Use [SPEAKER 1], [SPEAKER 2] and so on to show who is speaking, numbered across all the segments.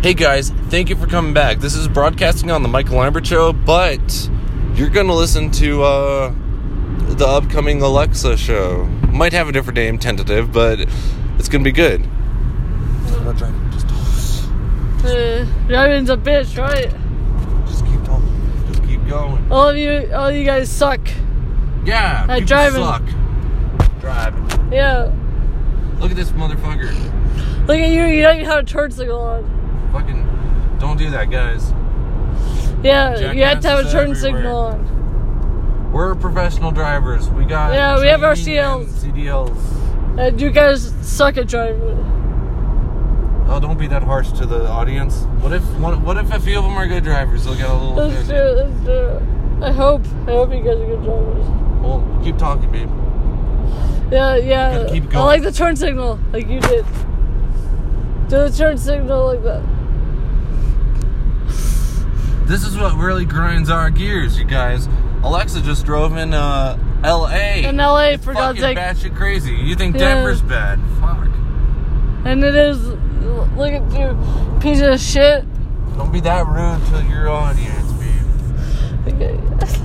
[SPEAKER 1] Hey guys, thank you for coming back. This is broadcasting on the Michael Lambert Show, but you're going to listen to uh, the upcoming Alexa show. Might have a different name, tentative, but it's going to be good.
[SPEAKER 2] I'm not driving. Just talk.
[SPEAKER 3] Uh, Robin's a bitch, right?
[SPEAKER 2] Just keep talking.
[SPEAKER 1] Just keep going.
[SPEAKER 3] All of you, all you guys suck.
[SPEAKER 1] Yeah,
[SPEAKER 3] Hey,
[SPEAKER 1] people
[SPEAKER 3] Uh, driving.
[SPEAKER 1] suck. Driving.
[SPEAKER 3] Yeah.
[SPEAKER 1] Look at this motherfucker.
[SPEAKER 3] Look at you. You don't even have a turn signal on.
[SPEAKER 1] Fucking, don't do that, guys.
[SPEAKER 3] Yeah, you have to have a
[SPEAKER 1] Jackasses
[SPEAKER 3] turn
[SPEAKER 1] everywhere.
[SPEAKER 3] signal on.
[SPEAKER 1] We're professional drivers. We got
[SPEAKER 3] Yeah, we have our
[SPEAKER 1] training and CDLs.
[SPEAKER 3] And you guys suck at driving.
[SPEAKER 1] Oh, don't be that harsh to the audience. What if one, what if a few of them are good drivers? They'll get a little.
[SPEAKER 3] Let's do it. Let's do it. I hope. I hope you guys are good drivers.
[SPEAKER 1] Well, keep talking, babe.
[SPEAKER 3] Yeah, yeah.
[SPEAKER 1] Gotta keep
[SPEAKER 3] I
[SPEAKER 1] going.
[SPEAKER 3] like the turn signal, like you did. Do the turn signal like that.
[SPEAKER 1] This is what really grinds our gears, you guys. Alexa just drove in uh, L.A.
[SPEAKER 3] In LA, for God's
[SPEAKER 1] fucking
[SPEAKER 3] sake.
[SPEAKER 1] batshit crazy. You think
[SPEAKER 3] Yeah.
[SPEAKER 1] Denver's bad? Fuck.
[SPEAKER 3] And it is. Look at you, piece of shit.
[SPEAKER 1] Don't be that rude to your audience, babe.
[SPEAKER 3] Okay.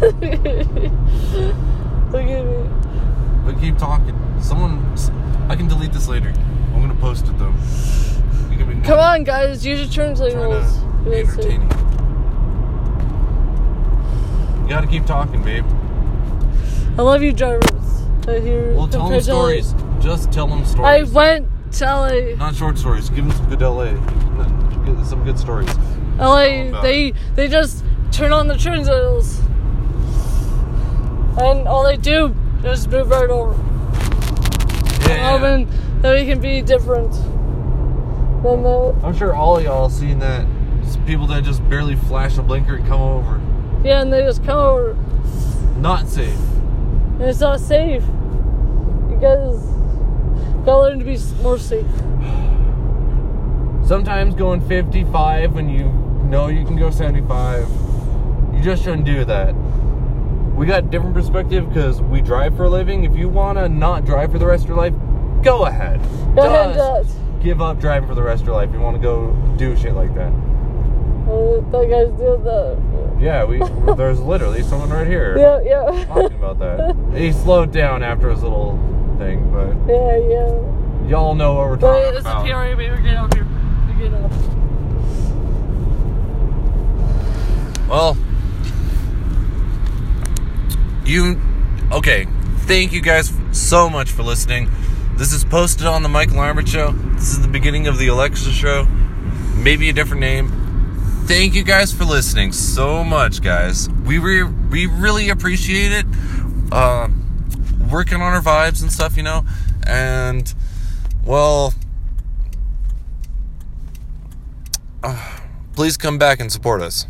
[SPEAKER 3] Look at me.
[SPEAKER 1] But keep talking. Someone, s- I can delete this later. I'm gonna post it though. You can be
[SPEAKER 3] Come on, guys, use your turn
[SPEAKER 1] trying
[SPEAKER 3] signals.
[SPEAKER 1] to be
[SPEAKER 3] Let's see.
[SPEAKER 1] entertaining. You gotta keep talking, babe.
[SPEAKER 3] I love you, drivers. I hear.
[SPEAKER 1] Well, tell them
[SPEAKER 3] compared to LA.
[SPEAKER 1] stories. Just tell them
[SPEAKER 3] I
[SPEAKER 1] stories.
[SPEAKER 3] went to LA.
[SPEAKER 1] Not short stories. Give them some good LA. Give- Some good stories.
[SPEAKER 3] LA.
[SPEAKER 1] about
[SPEAKER 3] They they just turn on the turn signals, and all they do is move right over.
[SPEAKER 1] Yeah, yeah.
[SPEAKER 3] Hoping that we can be different than the
[SPEAKER 1] I'm sure all of y'all seen that. It's people that just barely flash a blinker and come over.
[SPEAKER 3] yeah, and they just come over.
[SPEAKER 1] Not safe.
[SPEAKER 3] And it's not safe. You guys gotta learn to be s- more safe.
[SPEAKER 1] Sometimes going 55 when you know you can go 75, you just shouldn't do that. We got different perspective because we drive for a living. If you want to not drive for the rest of your life, go ahead.
[SPEAKER 3] Go ahead,
[SPEAKER 1] Just
[SPEAKER 3] Dutch.
[SPEAKER 1] Give up driving for the rest of your life. You want to go do shit like that.
[SPEAKER 3] Oh, that guy's doing that.
[SPEAKER 1] Yeah, we there's literally someone right here
[SPEAKER 3] Yeah, yeah.
[SPEAKER 1] talking about that. He slowed down after his little thing, but
[SPEAKER 3] yeah, yeah.
[SPEAKER 1] Y'all know what we're
[SPEAKER 3] But
[SPEAKER 1] talking
[SPEAKER 3] it's
[SPEAKER 1] about.
[SPEAKER 3] a PRA, but we're getting off here. We're getting off.
[SPEAKER 1] Well, you okay? Thank you guys so much for listening. This is posted on the Michael Lambert Show. This is the beginning of the Alexa Show. Maybe a different name. Thank you guys for listening so much, guys. We re- we really appreciate it. Um, working on our vibes and stuff, you know, and well. please uh, come back and support us.